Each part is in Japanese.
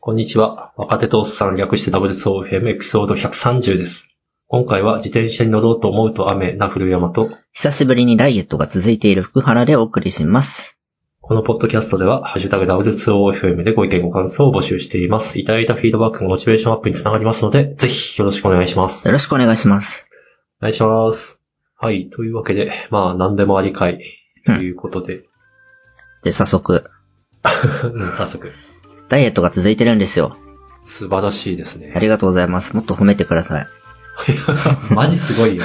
こんにちは。若手とおっさん略して WSOFM エピソード130です。今回は自転車に乗ろうと思うと雨な古山と、久しぶりにダイエットが続いている福原でお送りします。このポッドキャストでは、ハッシュタグ WSOFM でご意見ご感想を募集しています。いただいたフィードバックがモチベーションアップにつながりますので、ぜひよろしくお願いします。よろしくお願いします。お願いします。はい。というわけで、まあ、何でもありかい。ということで、 で、早速、うん早速、ダイエットが続いてるんですよ。素晴らしいですね。ありがとうございます。もっと褒めてください。マジすご いよ。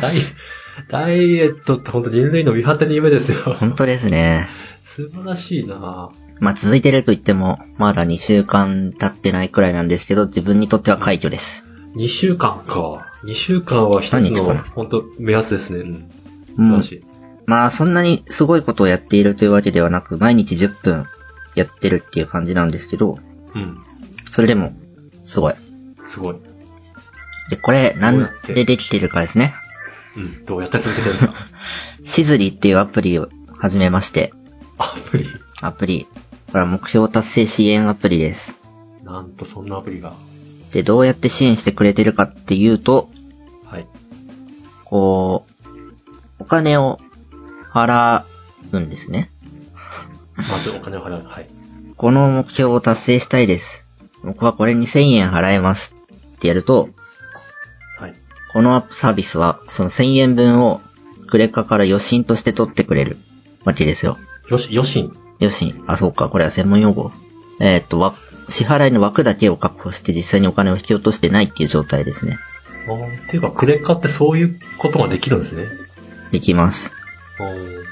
ダイダイエットって本当人類の見果てに夢ですよ。本当ですね。素晴らしいなまあ、続いてると言っても、まだ2週間経ってないくらいなんですけど、自分にとっては快挙です。 2週間か。2週間は一つ何日のかな、本当目安ですね。うん素う晴らん。しい。まあ、そんなにすごいことをやっているというわけではなく、毎日10分やってるっていう感じなんですけど、うん。それでも、すごい。すごい。うで、これ、などうやっんてでできてるかですね。ん。どうやって続けてるんですかシズリっていうアプリを始めまして、アプリ。アプリ。これは目標達成支援アプリです。なんとそんなアプリが。で、どうやって支援してくれてるかっていうと、はい。こう、お金を払うんですね。まずお金を払う。はい。この目標を達成したいです。僕はこれに1000円払えますってやると、はい。このアップサービスはその1000円分をクレカから予診として取ってくれるわけですよ。よし、よしん。よし、あ、そうか、これは専門用語。えーっと、わ支払いの枠だけを確保して実際にお金を引き落としてないっていう状態ですね。あーっていうか、クレカってそういうことができるんですね。できます。おー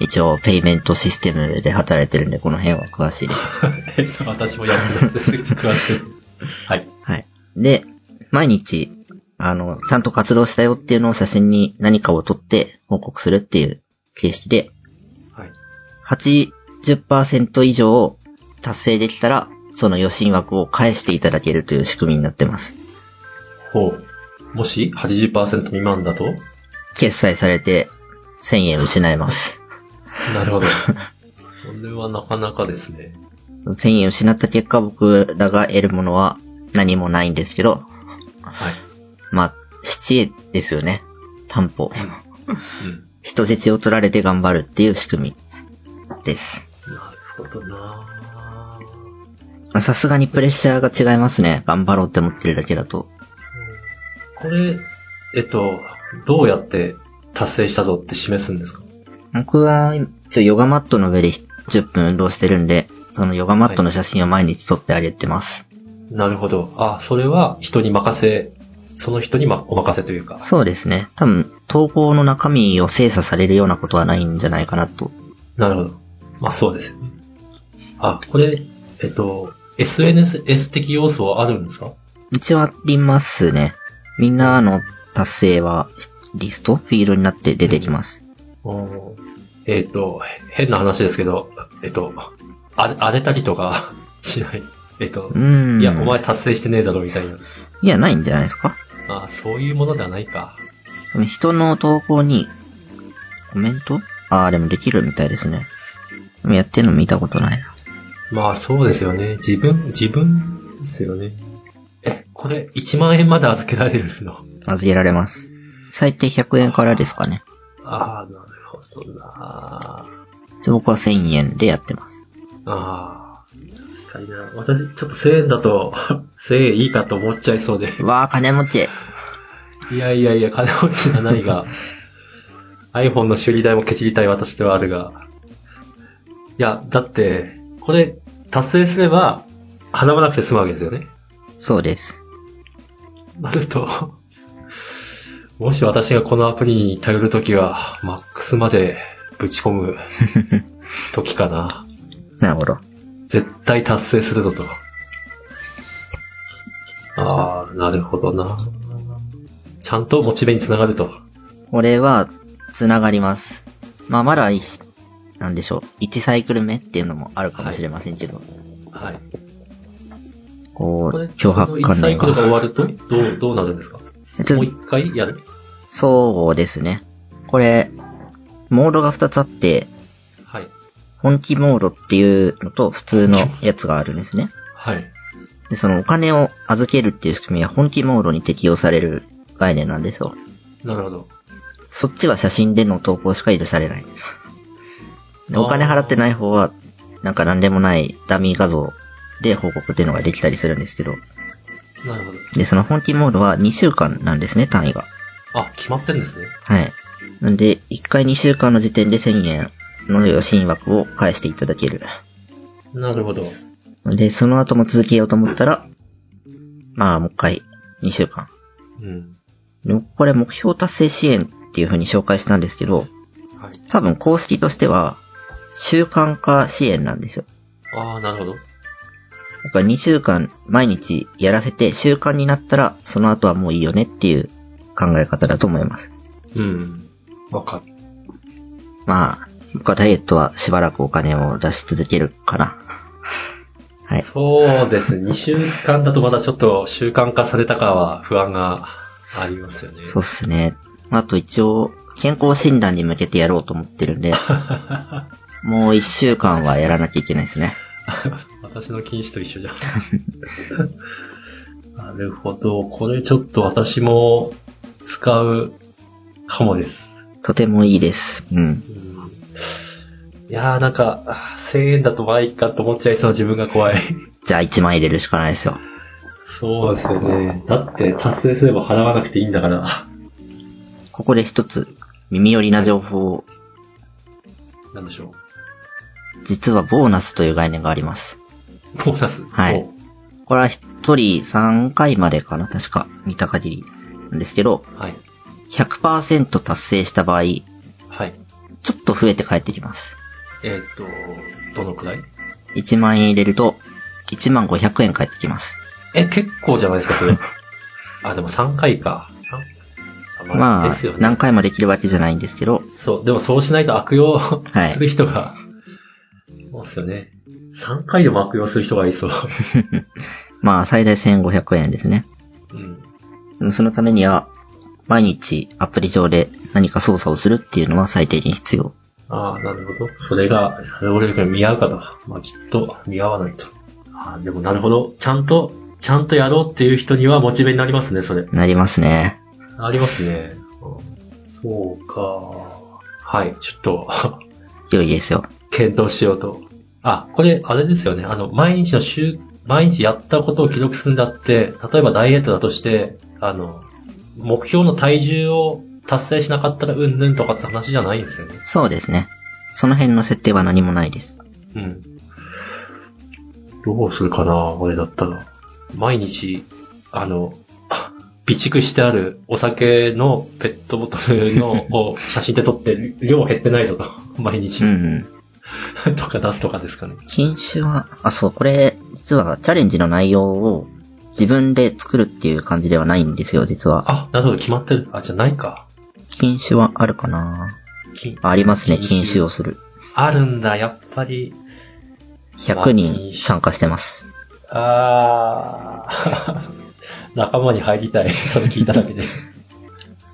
一応、ペイメントシステムで働いてるんで、この辺は詳しいです。 えっと私もやってない。全然詳しく。 はい。はい。で、毎日、あの、ちゃんと活動したよっていうのを写真に何かを撮って報告するっていう形式で、はい。 80%以上を達成できたら、その予診枠を返していただけるという仕組みになってます。ほう。もし80%未満だと決済されて、1000円失います。なるほど。これはなかなかですね。 1000円失った結果、僕らが得るものは何もないんですけど、はい。まあ、七恵ですよね。担保。うん。人質を取られて頑張るっていう仕組みです。なるほどなぁまあさすがにプレッシャーが違いますね。頑張ろうって思ってるだけだと。これ、えっと、どうやって達成したぞって示すんですか僕は、一応ヨガマットの上で10分運動してるんで、そのヨガマットの写真を毎日撮ってあげてます。なるほど。あ、それは人に任せ、その人に、ま、お任せというか。そうですね。多分、投稿の中身を精査されるようなことはないんじゃないかなと。なるほど。まあそうですよね。あ、これ、えっと、SNS S 的要素はあるんですか一応ありますね。みんなの達成は、リストフィールドになって出てきます。うんえっ、と、変な話ですけど、えっ、と、あれ、荒れたりとか しない。えっ、とう、ーん。いや、お前。達成してねえだろみたいな。いや、ないんじゃないですか。あそういうものではないか。その人の投稿に、コメントああ、でもできるみたいですね。でもやってるの見たことないな。まあそうですよね。自分、自分ですよね。え、これ、1万円まで預けられるの預けられます。最低100円からですかね。ああ、なるほどなで僕は1000円でやってます。ああ、確かにな。私、ちょっと1000円だと、1000円い いかと思っちゃいそうで。わあ、金持ち。いやいやいや、金持ちじゃない が、iPhone の修理代もけちりたい私ではあるが、いや、だって、これ、達成すれば、払わなくて済むわけですよね。そうです。なると、もし私がこのアプリに頼るときは、マックスまでぶち込む時か な。なるほど。絶対達成するぞと。ああ、なるほどな。ちゃんとモチベにつながると。これは、つながります。まあ、まだ一、なんでしょう。1サイクル目っていうのもあるかもしれませんけど、はい。ここうれ、、脅迫その一観念サイクルが終が。わると、どう、どうなるんですかもちうょっと一回やるそうですね。これ、モードが2つあって、はい。本気モードっていうのと普通のやつがあるんですね。はい。で、そのお金を預けるっていう仕組みは本気モードに適用される概念なんですよ。なるほど。そっちは写真での投稿しか許されない。でお金払ってない方は、なんか何でもないダミー画像で報告っていうのができたりするんですけど、なるほど。で、その本気モードは2週間なんですね、単位が。あ、決まってんですね。はい。なんで、1回2週間の時点で1000円の余信枠を返していただける。なるほど。で、その後も続けようと思ったら、まあ、もう一回、2週間。うん。でこれ、目標達成支援っていう風に紹介したんですけど、はい。多分公式としては、習慣化支援なんですよ。ああ、なるほど。だから2週間毎日やらせて習慣になったら、その後はもういいよねっていう考え方だと思います。うん。わかる。まあ、僕はダイエットはしばらくお金を出し続けるかな。はい。そうです。2週間だとまだちょっと習慣化されたかは不安がありますよね。そうっすね。あと一応、健康診断に向けてやろうと思ってるんで、もう一週間はやらなきゃいけないですね。私の禁止と一緒じゃん。 なるほど。これちょっと私も使うかもです。とてもいいです。うん。うんいやーなんか、あー1000円だとまあいいかと思っちゃいそうな自分が怖い。じゃあ1万入れるしかないですよ。そうですよね。だって達成すれば払わなくていいんだから。ここで一つ、耳寄りな情報を、なんでしょ実はボーナスという概念があります。う。ボーナス。はいおこれは一人3回までかな、確か、見た限りなんですけど、はい。 100%達成した場合、ちはい。ょっと増えて帰ってきます。えーっと、どのくらい1万円入れると、1万500円返ってきます。え、結構じゃないですか、 それ。あ、でも3回か。3? まであすよ、ね。何回もできるわけじゃないんですけど、そう、でもそうしないと悪用いする人が、そうですよね。3回でも悪用する人が いそう。まあ最大1500円ですね。うん。でもそのためには、毎日アプリ上で何か操作をするっていうのは最低限必要。ああ、なるほど。それが、労力に見合うかと。まあ、きっと見合わないと。ああ、でもなるほど。ちゃんと、ちゃんとやろうっていう人にはモチベになりますね、それ。なりますね。ありますね。うんそうか。はい、ちょっと、良いですよ。検討しようと。あ、これ、あれですよね。あの、毎日の週、毎日やったことを記録するんだって、例えばダイエットだとして、あの、目標の体重を達成しなかったらうんぬんとかって話じゃないんですよね。そうですね。その辺の設定は何もないです。うん。どうするかな、これだったら。毎日、あの、あ備蓄してあるお酒のペットボトルのを写真で撮って、量減ってないぞと。毎うん日うん。とか出すとかですかね。禁酒は、あ、そう、これ、実はチャレンジの内容を自分で作るっていう感じではないんですよ、実は。あ、なるほど、決まってる。あ、じゃあないか。禁酒はあるかな金あありますね、禁禁酒酒をする。あるんだ、やっぱり。 100人参加してます。あー。 仲間に入りたい。 それ聞いただけで。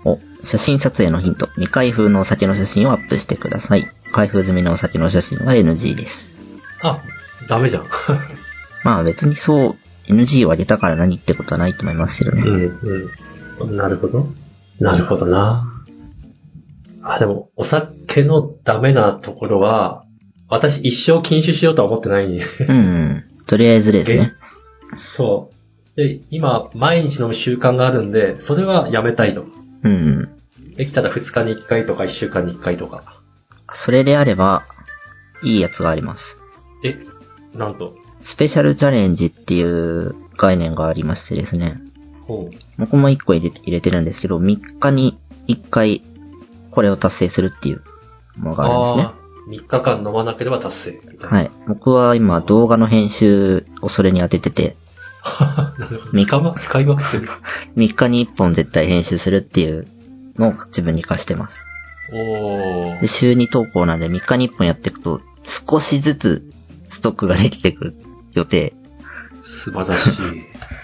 お、写真撮影のヒント。未開封のお酒の写真をアップしてください。開封済みのお酒の写真は NG です。あ、ダ メじゃん。まあ別にそう、NG をあげたから何ってことはないと思いますけどね。ん、うん。なるほど。なるほどな。あ、でも、お酒のダメなところは、私一生禁酒しようとは思って ない。うん、うん。とりあえずですね。そう。で、今、毎日飲む習慣があるんで、それはやめたいの。うんうん。できたら2日に1回とか1週間に1回とか。それであれば、いいやつがあります。え、なんと。スペシャルチャレンジっていう概念がありましてですね。ほう。僕も1個入れて入れてるんですけど、3日に1回これを達成するっていうものがあるんですね。 3日間飲まなければ達成みたいな。 はい。僕は今動画の編集をそれに当ててて、なるほど。使いま、使いまくってる。 3日に1本絶対編集するっていうのを自分に課してます。おで、ー。週2投稿なんで3日に1本やっていくと、少しずつストックができてくる予定。素晴らしい。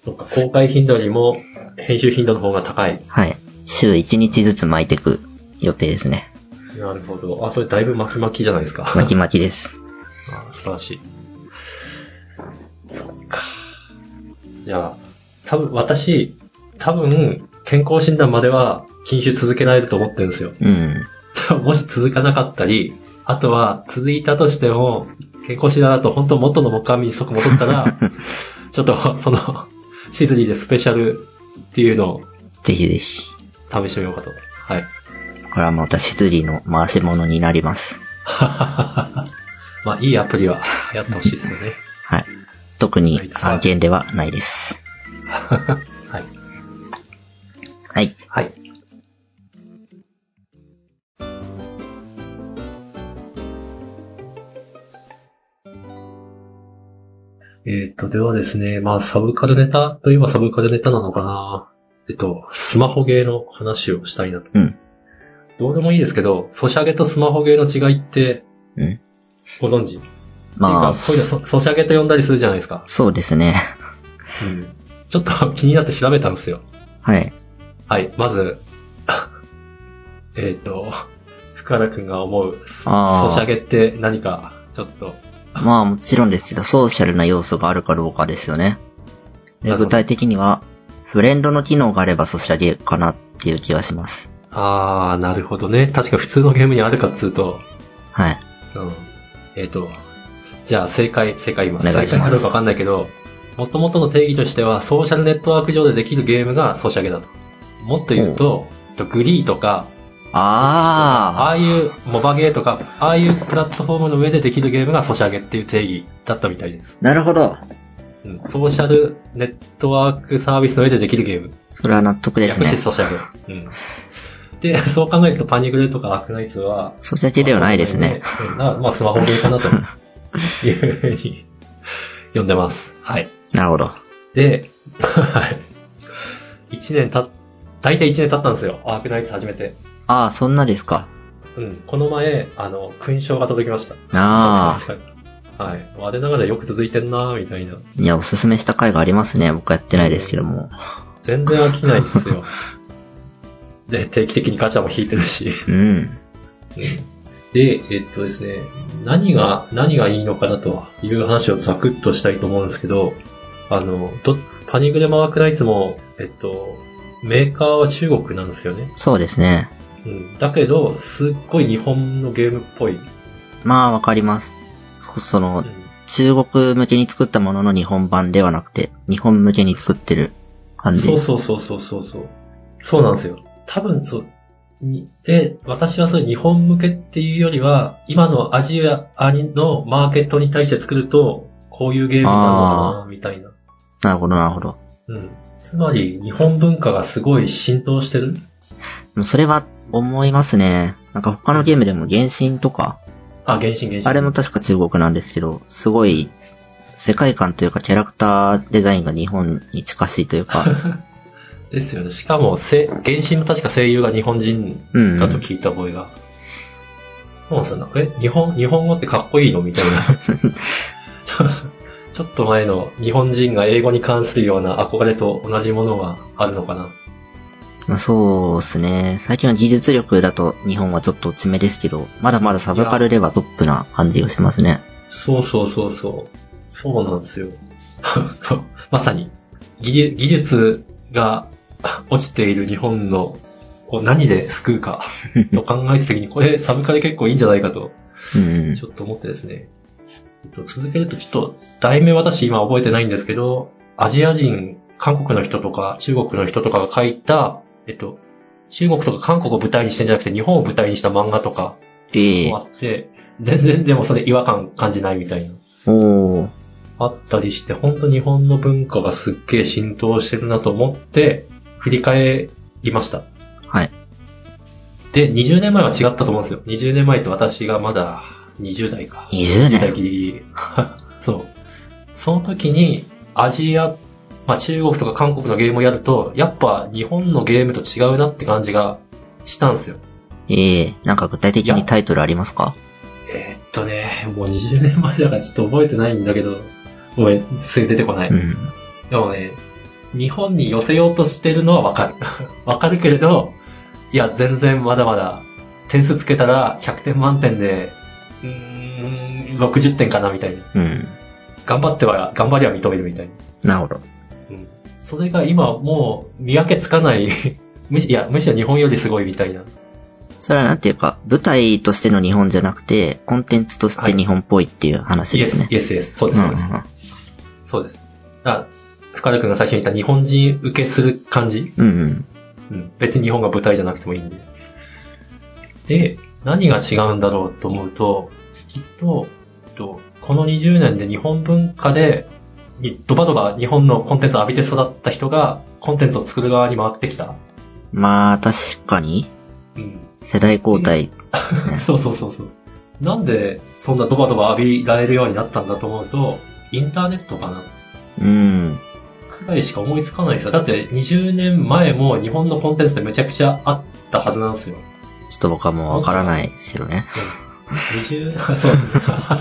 そうか、公開頻度よりも、編集頻度の方が高い。はい。週1日ずつ巻いていく予定ですね。なるほど。あ、それ だいぶ巻き巻きじゃないですか。巻き巻きです。あ素晴らしい。そっか。じゃあ、多分、私、多分、健康診断までは禁酒続けられると思ってるんですよ。うん。 もし続かなかったり、あとは続いたとしても、健康診断だと本当元の木阿弥に即戻ったら、ちょっとその、シズニーでスペシャルっていうのをぜひぜひ。試してみようかと。はい。これはまたシズリーの回し物になります。まあ、いいアプリはやってほしいですよね。はい。特にはい案件ではないです。はい。はい。はい。えっ、と、ではですね、まあ、サブカルネタといえばサブカルネタなのかな。えっと、スマホゲーの話をしたいなと。うん。どうでもいいですけど、ソシャゲとスマホゲーの違いってうん。ご存知まっあ、ていうかこういうのソソシャゲと呼んだりするじゃないですか。そうですね。うん。ちょっと気になって調べたんですよ。はい。はい、まず、 えっ、と、福原くんが思う、ソシあーャゲって何か、ちょっと、まあもちろんですけど、ソーシャルな要素があるかどうかですよね。なでるほど具体的には、フレンドの機能があればソシャゲかなっていう気はします。あー、なるほどね。確か普通のゲームにあるかっつうと、はい。うん。えっ、と、じゃあ正解、正解言います。お願いします正解かどうかわかんないけど、元々の定義としては、ソーシャルネットワーク上でできるゲームがソシャゲだと。もっと言うと、えっとグリーとか、あああいうモバゲーとか、ああいうプラットフォームの上でできるゲームがソシャゲっていう定義だったみたいです。ーなるほど。うんソーシャルネットワークサービスの上でできるゲーム。それは納得です略してね。ソーシャル。うん。で、そう考えるとパニクルとかアークナイツは、ソシャゲではないですね。うん。なまあ、スマホゲーかな というふうに呼んでます。はい。なるほど。で、はい。1年たっ、大体1年経ったんですよ。アークナイツ始めて。ああ、そんなですか。うん。この前、あの、勲章が届きました。なあ。はい。我ながらよく続いてんなみたいな。いや、おすすめした回がありますね。僕はやってないですけども。全然飽きないですよ。 で、定期的にガチャも引いてるし。うん。 で、えっとですね、何が、何がいいのかなという話をザクッとしたいと思うんですけど、あの、どパニグレマークナイツも、えっと、メーカーは中国なんですよね。そうですね。うん。だけど、すっごい日本のゲームっぽい。まあ、わかります。そそのう、ん中国向けに作ったものの日本版ではなくて、日本向けに作ってる感じ。そうそうそうそうそうそう。そうなんですよ。多分そう。にで、私はそれ日本向けっていうよりは、今のアジアのマーケットに対して作ると、こういうゲームになるのかな、みたいな。なるほど、なるほど。うん。つまり、日本文化がすごい浸透してるでもそれは思いますね。なんか他のゲームでも原神とか、あ、原神原神。あれも確か中国なんですけど、すごい世界観というかキャラクターデザインが日本に近しいという か、ですよね。しかも、せ原神の確か声優が日本人うん、だと聞いた覚えが。そうなんですよな。え、日本、日本語ってかっこいいのみたい な。ちょっと前の日本人が英語に関するような憧れと同じものがあるのかな。まあ、そうですね。最近は技術力だと日本はちょっと落ち目ですけど、まだまだサブカルではトップな感じがしますね。そうそうそうそう。そうなんですよ。 まさに、技術技術が 落ちている日本のこう何で救う かと考えた時に、これサブカル結構いいんじゃないかと、うんち。ょっと思ってですね。えっと続けるとちょっと、題名私今覚えてないんですけど、アジア人、韓国の人とか中国の人とかが書いた、えっと、中国とか韓国を舞台にしてんじゃなくて日本を舞台にした漫画とかええもあって、全然でもそれ違和感感じないみたいな。おー。あったりして、本当日本の文化がすっげえ浸透してるなと思って、振り返りました。はい。で、20年前は違ったと思うんですよ。20年前って私がまだ20代か。 20 20代年。ギリギリ。 そう。その時に、アジア、まあ中国とか韓国のゲームをやると、やっぱ日本のゲームと違うなって感じがしたんですよ。ええなんか具体的にタイトルありますかえーっとね、もう20年前だからちょっと覚えてないんだけど、ごめん、すぐ出てこない。うん。でもね、日本に寄せようとしてるのはわかる。 わかるけれど、いや、全然まだまだ、点数つけたら100点満点で、うーん、60点かなみたいな。うん。頑張っては、頑張りは認めるみたいな。なるほど。うん。それが今もう見分けつかない むし、いや、むしろ日本よりすごいみたいな。それはなんていうか、舞台としての日本じゃなくて、コンテンツとして日本っぽいっていう話イエですスね、。イエス、イエス。そうです、そうです。そうです。あ、深田くんが最初に言った日本人受けする感じうんうん。うんうん。うん。別に日本が舞台じゃなくてもいいんで。で、何が違うんだろうと思うと、きっと、えっとこの20年で日本文化で、にドバドバ日本のコンテンツを浴びて育った人が、コンテンツを作る側に回ってきた。まあ、確かに、うん。世代交代ですね。 そうそうそうそう。なんで、そんなドバドバ浴びられるようになったんだと思うと、インターネットかなうん。くらいしか思いつかないですよ。だって20年前も日本のコンテンツってめちゃくちゃあったはずなんですよ。ちょっと僕はもうわからないですけどね。 20、そうですね。か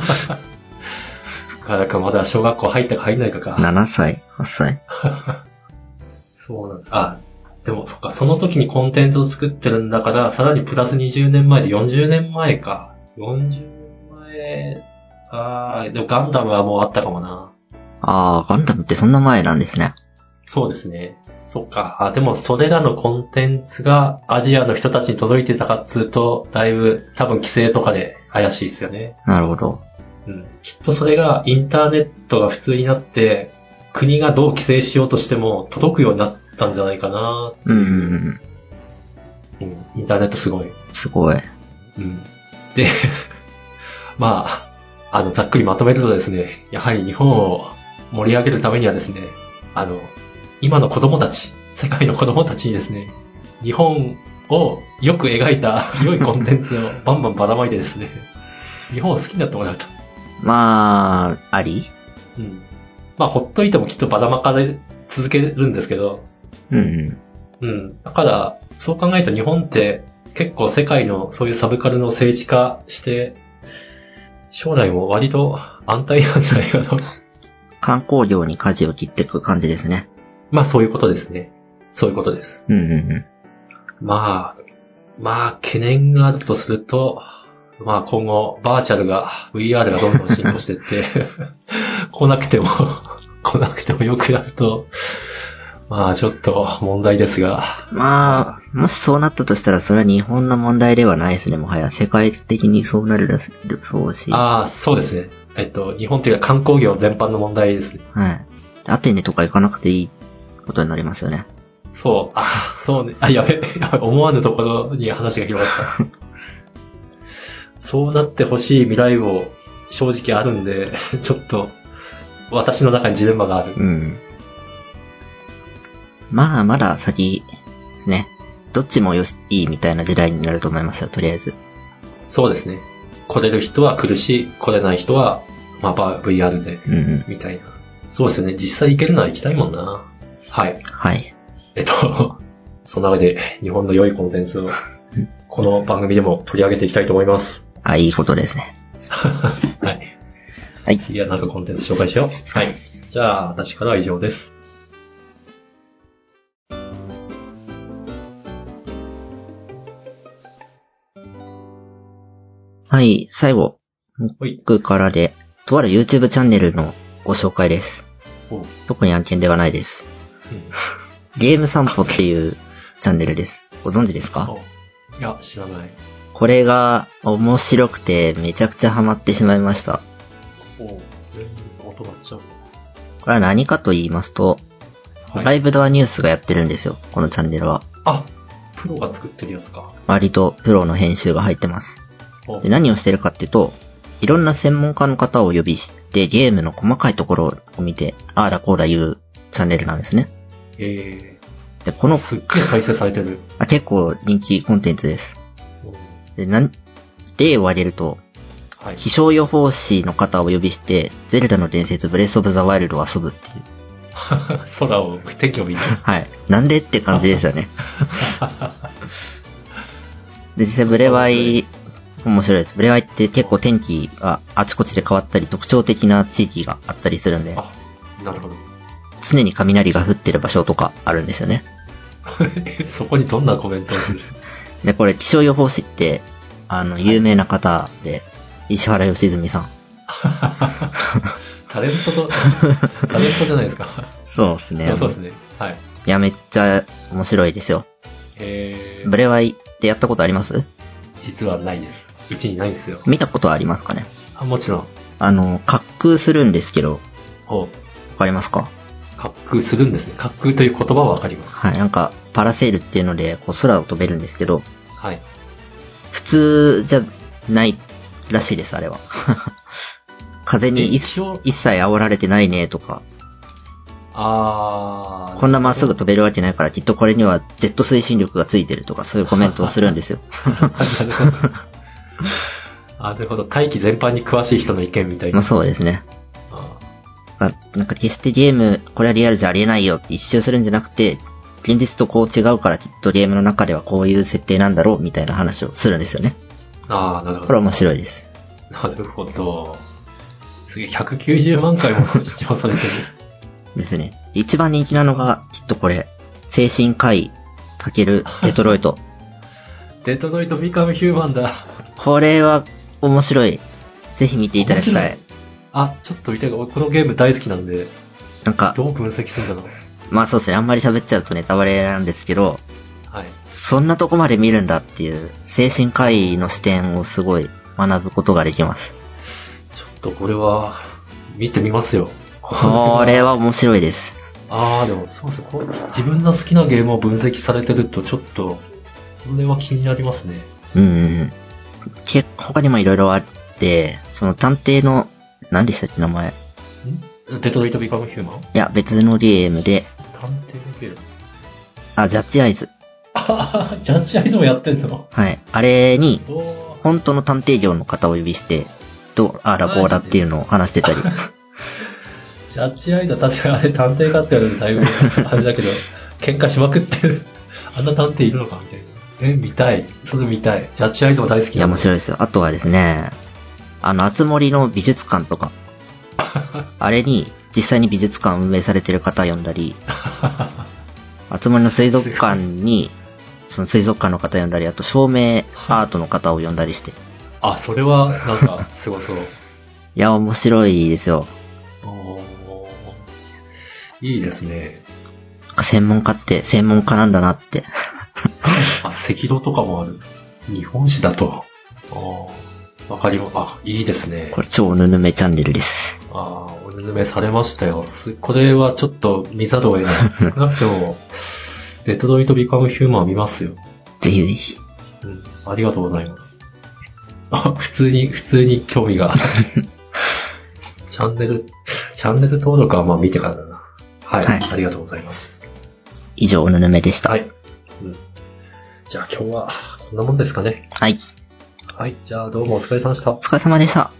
らかまだ小学校入ったか入んないかか。 7歳 ?8 歳そうなんです。あ、でもそっか、その時にコンテンツを作ってるんだから、さらにプラス20年前で40年前か。40年前、あー、でもガンダムはもうあったかもな。ああ、ガンダムってそんな前なんですね。そうですね。そっか。あ、でもそれらのコンテンツがアジアの人たちに届いてたかっつうと、だいぶ多分規制とかで怪しいですよね。なるほど。うん。きっとそれがインターネットが普通になって、国がどう規制しようとしても届くようになったんじゃないかな。うんうんううん。ん。インターネットすごい。すごい。うん。で、 まあ、あの、ざっくりまとめるとですね、やはり日本を盛り上げるためにはですね、あの、今の子供たち、世界の子供たちにですね、日本をよく描いた 良いコンテンツをバンバンばらまいてですね、日本を好きになってもらうと。まあ、ありうん。まあ、ほっといてもきっとばらまかれ続けるんですけど、うんうん。うん。だから、そう考えると日本って結構世界のそういうサブカルの政治化して、将来も割と安泰なんじゃないかと。 観光業に舵を切っていく感じですね。まあそういうことですね。そういうことです。うんうんうん。まあ、まあ懸念があるとすると、まあ今後バーチャルが、VR がどんどん進歩してって、 来なくても、 来なくてもよくなると、まあちょっと問題ですが、まあ、もしそうなったとしたら、それは日本の問題ではないですね、もはや。世界的にそうなるだろうし。はああ、そうですね。えっと、日本というか観光業全般の問題ですね。い。アテネとか行かなくていいことになりますよね。そう、あ、そうね。あ、やべ、やべ思わぬところに話が広が った。そうなってほしい未来を正直あるんで、ちょっと、私の中にジレンマがある。うん。まあ、まだ先ですね。どっちもよし、いいみたいな時代になると思いますよ、とりあえず。そうですね。来れる人は来るし、来れない人は、まあ、ば VR で、うんうん。みたいな。そうですよね。実際行けるなら行きたいもんな。はい。はい。えっと、そんなわけで、日本の良いコンテン ツを、この番組でも取り上げていきたいと思います。あ、いいことですね。はい。はい。次はなんかコンテンツ紹介しよう。はい。じゃあ、私からは以上です。はい、最後、はい。僕からで、とある YouTube チャンネルのご紹介です。おう特に案件ではないです。ゲーム散歩っていうチャンネルです。ご存知ですかおいや、知らない。これが面白くてめちゃくちゃハマってしまいました。おう音がちゃう。これは何かと言いますと、ラい。イブドアニュースがやってるんですよ、このチャンネルは。あ、プロが作ってるやつか。割とプロの編集が入ってます。おうで、何をしてるかっていうと、いろんな専門家の方を呼びして、ゲームの細かいところを見て、ああだこうだ言うチャンネルなんですね。えで、このー、、すっげえ再生されてる。あ結構人気コンテンツです。おうで、なん、例を挙げると、はい。気象予報士の方を呼びして、ゼルダの伝説ブレスオブザワイルドを遊ぶっていう。 空を、天気を見 る。はい。なんでって感じですよね。 で、実際ブレワイ、面白いです。ブレワイって結構天気があちこちで変わったり、特徴的な地域があったりするんで、あ、なるほど。 常に雷が降ってる場所とかあるんですよね。そこにどんなコメントをする で、これ気象予報士って、あの、有名な方で、石原良純さん。タレントと、タレントじゃないですか。そうです ね。そうですね。はい。いや、めっちゃ面白いですよ。えー、ブレワイってやったことあります実はないです。うちにないんですよ。見たことはありますかねあ、もちろん。あの、滑空するんですけど、わほう。かりますか滑空するんですね。滑空という言葉はわかります。はい、なんか、パラセールっていうので、こう空を飛べるんですけど、はい。普通じゃないらしいです、あれは。 風に一え一応一切煽られてないねとか、あー。 こんなまっすぐ飛べるわけないから、きっとこれにはジェット推進力がついてるとか、そういうコメントをするんですよ。 なるほど。 あ、なるほど。大気全般に詳しい人の意見みたいまあな。そうですね。ああなんか決してゲーム、これはリアルじゃありえないよって一周するんじゃなくて、現実とこう違うからきっとゲームの中ではこういう設定なんだろうみたいな話をするんですよね。あー、なるほこど。れ面白いです。なるほど。すげえ、190万回も視聴さ れてる。ですね。一番人気なのがきっとこれ、精神科医×デトロイ ト。デトロイト・ビカム・ヒューマンだ。これは面白い。ぜひ見ていただきたい。あ、ちょっと見たい俺このゲーム大好きなんで、なんか、どう分析するんだろう。まあそうですね、あんまり喋っちゃうとネタバレなんですけど、はい。そんなとこまで見るんだっていう、精神科医の視点をすごい学ぶことができます。ちょっとこれは、見てみますよ。これは面白いです。ああ、でも、そうそうこう、自分の好きなゲームを分析されてると、ちょっと、これは気になりますね。うんうんうん。結構他にもいろいろあって、その探偵の、何でしたっけ名前。いんデトロイト・ビカム・ヒューマンや、別のゲームで、探偵のゲーム。あ、ジャッジアイズ。ああ、ジャッジアイズもやってんのはい。あれに、おー本当の探偵業の方をお呼びして、どう、ああだこうだっていうのを話 してたり。ジャッジアイズは確かにあれ探偵かって言われるとだいぶあれだけど、喧嘩しまくってる。あんな探偵いるのかみたいな。え、見たい。それ見たい。ジャッジアイズも大好いきや、なの面白いですよ。あとはですね、あの、あつ森の美術館と か、あれに、実際に美術館運営されてる方呼んだり、あつ森の水族館に、その水族館の方呼んだり、あと照明アートの方を呼んだりして。い あ、それは、なんか、すごそう。や、面白いですよ。おーいいですね。専門家って、専門家なんだなって。あ、赤道とかもある。日本史だと。ああ、わかりま、あ、いいですね。これ超ぬぬめチャンネルです。ああ、おぬぬめされましたよ。すこれはちょっと見ざるを得 ない。少なくても、デトロイト・ビカム・ヒューマンは見ますよ。ぜひぜひ。うん、ありがとうございます。あ、普通に、普通に興味 がある。チャンネル、チャンネル登録はまあ見てからだな。はい、はいありがとうございます。以上、ぬぬめでした。ははい。い。うん、じゃあ今日は、こんなもんですかね。はい、じゃあどうもお疲れ様でしたお。疲れ様でした。